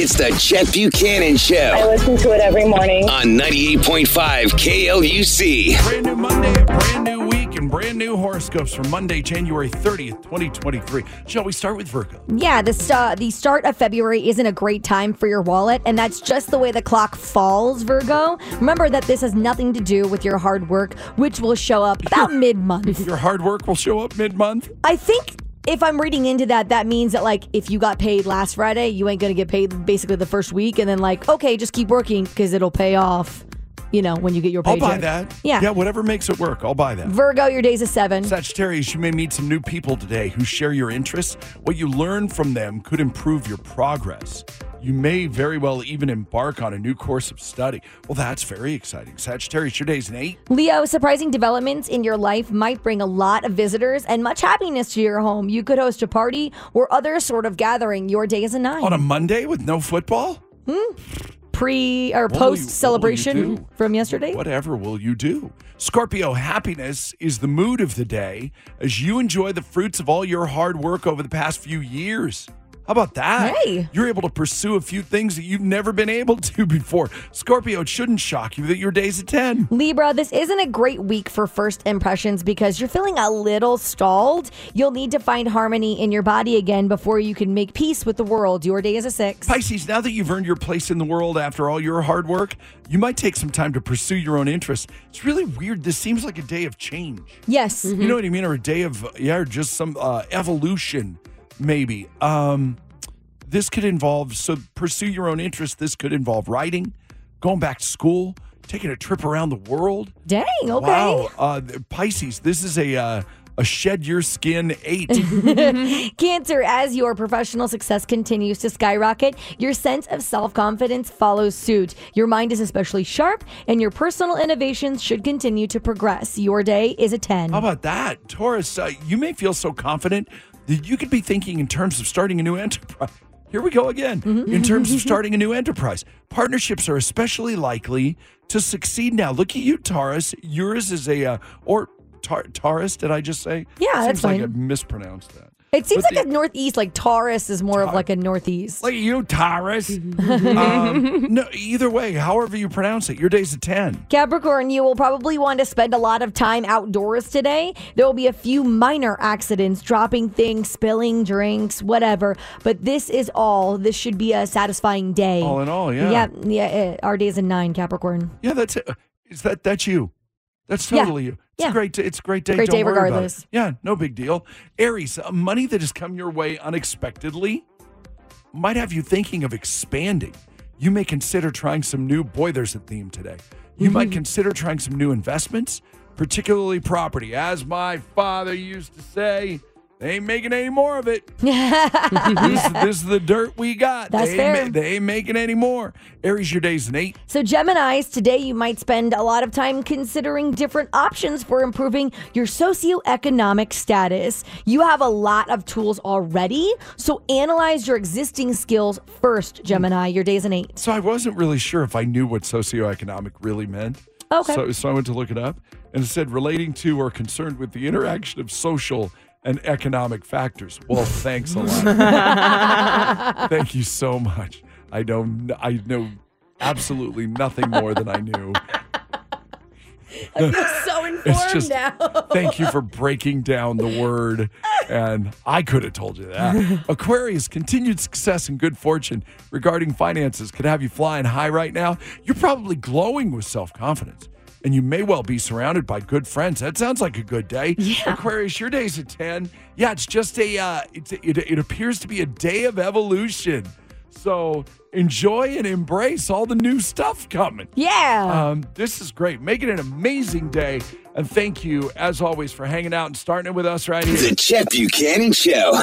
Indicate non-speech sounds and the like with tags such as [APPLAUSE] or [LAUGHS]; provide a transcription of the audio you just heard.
It's the Chet Buchanan I Show listen to it every morning. on 98.5 KLUC. Brand new Monday, brand new week, and brand new horoscopes for Monday, January 30th, 2023. Shall we start with Virgo? Yeah, the, st- the start of February isn't a great time for your wallet, and that's just the way the clock falls, Virgo. Remember that this has nothing to do with your hard work, which will [LAUGHS] show up about mid month. Your hard work will show up mid month. I think if I'm reading into that, that means that, like, if you got paid last Friday, you ain't gonna get paid basically the first week, and then, like, okay, just keep working because it'll pay off, you know, when you get your I'll paycheck. buy that. Yeah. Yeah, whatever makes it work, I'll buy that. Virgo, your day's a seven. Sagittarius, you may meet some new people today who share your interests. What you learn from them could improve your progress. You may very well even embark on a new course of study. Well, that's very exciting. Sagittarius, your day's an eight. Leo, surprising developments in your life might bring a lot of visitors and much happiness to your home. You could host a party or other sort of gathering. Your day is a nine. On a Monday with no football? Pre or What will you- what will you post celebration do? from yesterday. Whatever will you do? Scorpio, happiness is the mood of the day as you enjoy the fruits of all your hard work over the past few years. How about that? Hey. You're able to pursue a few things that you've never been able to [LAUGHS] before. Scorpio, it shouldn't shock you that your day's a 10. Libra, this isn't a great week for first impressions because you're feeling a little stalled. You'll need to find harmony in your body again before you can make peace with the world. Your day is a six. Pisces, now that you've earned your place in the world after all your hard work, you might take some time to pursue your own interests. It's really weird. This seems like a day of change. Yes. You know what I mean? Or a day of, yeah, or just some uh, evolution, maybe. Um, this could involve, so pursue your own interests. This could involve writing, going back to school, taking a trip around the world. Dang, okay. Wow. Uh, Pisces, this is a, uh, a shed your skin eight. Cancer, as your professional success continues to skyrocket, your sense of self confidence follows suit. Your mind is especially sharp, and your personal innovations should continue to progress. Your day is a 10. How about that, Taurus? Uh, you may feel so confident that you could be thinking in terms of starting a new enterprise. Here we go again. Mm-hmm. In terms of starting a new enterprise, partnerships are especially likely to succeed now. Look at you, Taurus. Yours is a uh, or tar- Taurus. Did I just say? Yeah, Seems that's like fine. I mispronounced that. it seems But like the- a Northeast, like Taurus is more of like a Northeast. Look at you, [LAUGHS] Taurus. um, no, either way, however you pronounce it, your day's a ten. Capricorn, you will probably want to spend a lot of time outdoors today. There will be a few minor accidents, dropping things, spilling drinks, whatever. But this is all. This should be a satisfying day. All in all, yeah. Yeah, yeah. eh, Our day is a nine, Capricorn. Yeah, that's it. Is that that's you? That's Yeah. totally you. It's Yeah. a great. Day. It's a great day. Great Don't day worry regardless. About it. Yeah, no big deal. Aries, uh, money that has come your way unexpectedly might have you thinking of expanding. You may consider trying some new. Boy, there's a theme today. You Mm-hmm. might consider trying some new investments, particularly property. As my father used to say, they ain't making any more of [LAUGHS] it. this, this is the dirt we got. That's they, ain't fair. they ain't making any more. Aries, your day's an eight. So, Geminis, today you might spend a lot of time considering different options for improving your socioeconomic status. You have a lot of tools already, so analyze your existing skills first, Gemini. Your day's an eight. So I wasn't really sure if I knew what socioeconomic really meant. Okay. So, so I went to look it up and it said relating to or concerned with the interaction of social and economic factors. Well, thanks a lot. Thank you so much. I know I know absolutely nothing more than I knew. So It's just thank you for breaking down the word. And I could have told you that. Aquarius, continued success and good fortune regarding finances could have you flying high right now. You're probably glowing with self confidence. And you may well be surrounded by good friends. That sounds like a good day. Aquarius, your day's a 10. Yeah, it's just a, uh, it's it, it appears to be a day of evolution. So enjoy and embrace all the new stuff coming. Yeah. Um, this is great. Make it an amazing day. And thank you, as always, for hanging out and starting it with us right here. The Chet Buchanan Show.